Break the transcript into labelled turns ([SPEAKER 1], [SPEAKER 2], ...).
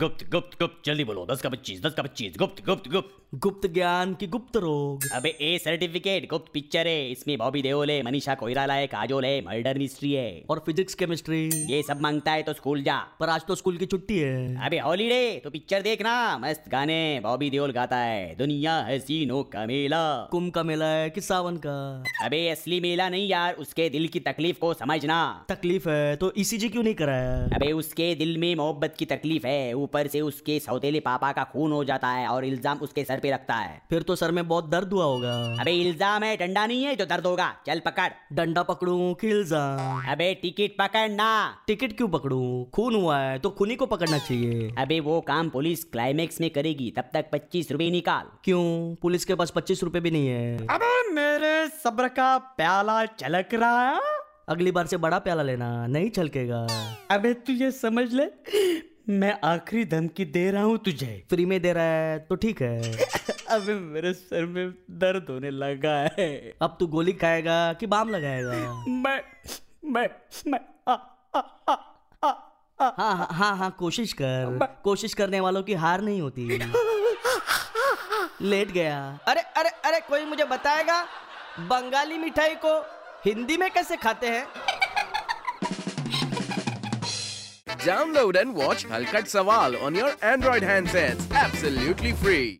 [SPEAKER 1] गुप्त गुप्त गुप्त जल्दी बोलो दस का पच्चीस दस का पच्चीस गुप्त गुप्त गुप्त
[SPEAKER 2] गुप्त ज्ञान की गुप्त रोग
[SPEAKER 1] अबे ए सर्टिफिकेट गुप्त पिक्चर है इसमें बॉबी देओल है मनीषा कोइराला है काजोल है मर्डर मिस्ट्री है
[SPEAKER 2] और फिजिक्स केमिस्ट्री
[SPEAKER 1] ये सब मांगता है तो स्कूल जा
[SPEAKER 2] पर आज तो स्कूल की छुट्टी है
[SPEAKER 1] अबे हॉलीडे तो पिक्चर देखना मस्त गाने बॉबी देओल गाता है दुनिया है सीनों का मेला
[SPEAKER 2] कुंभ का मेला है कि सावन का
[SPEAKER 1] अबे असली मेला नहीं यार उसके दिल की तकलीफ को समझना
[SPEAKER 2] तकलीफ है तो ईसीजी क्यों नहीं कराया
[SPEAKER 1] अबे उसके दिल में मोहब्बत की तकलीफ है ऊपर से उसके सौतेले पापा का खून हो जाता है और इल्जाम उसके सर पे रखता है
[SPEAKER 2] फिर तो सर में बहुत दर्द हुआ होगा
[SPEAKER 1] अबे इल्जाम है डंडा नहीं है जो दर्द होगा चल पकड़
[SPEAKER 2] डंडा पकड़ूं कि इल्जाम
[SPEAKER 1] अबे टिकट पकड़ना
[SPEAKER 2] टिकट क्यों पकड़ूं खून हुआ है तो खूनी को पकड़ना चाहिए
[SPEAKER 1] अबे वो काम पुलिस क्लाइमेक्स में करेगी तब तक पच्चीस रुपए निकाल
[SPEAKER 2] क्यों पुलिस के पास पच्चीस रुपए भी नहीं है
[SPEAKER 1] अबे मेरे सब्र का प्याला चलक रहा है
[SPEAKER 2] अगली बार से बड़ा प्याला लेना नहीं छलकेगा
[SPEAKER 1] अबे तू ये समझ ले मैं आखिरी धमकी दे रहा हूँ तुझे
[SPEAKER 2] फ्री में दे रहा है तो ठीक है
[SPEAKER 1] अबे मेरे सर में दर्द होने लगा है
[SPEAKER 2] अब तू गोली खाएगा कि बाम लगाएगा
[SPEAKER 1] मैं मैं मैं आ, आ, आ, आ, आ।
[SPEAKER 2] हाँ हाँ, हाँ हाँ कोशिश कर कोशिश करने वालों की हार नहीं होती लेट गया अरे अरे अरे कोई मुझे बताएगा बंगाली मिठाई को हिंदी में कैसे खाते हैं
[SPEAKER 3] Download and watch Halkat Sawal on your Android handsets absolutely free.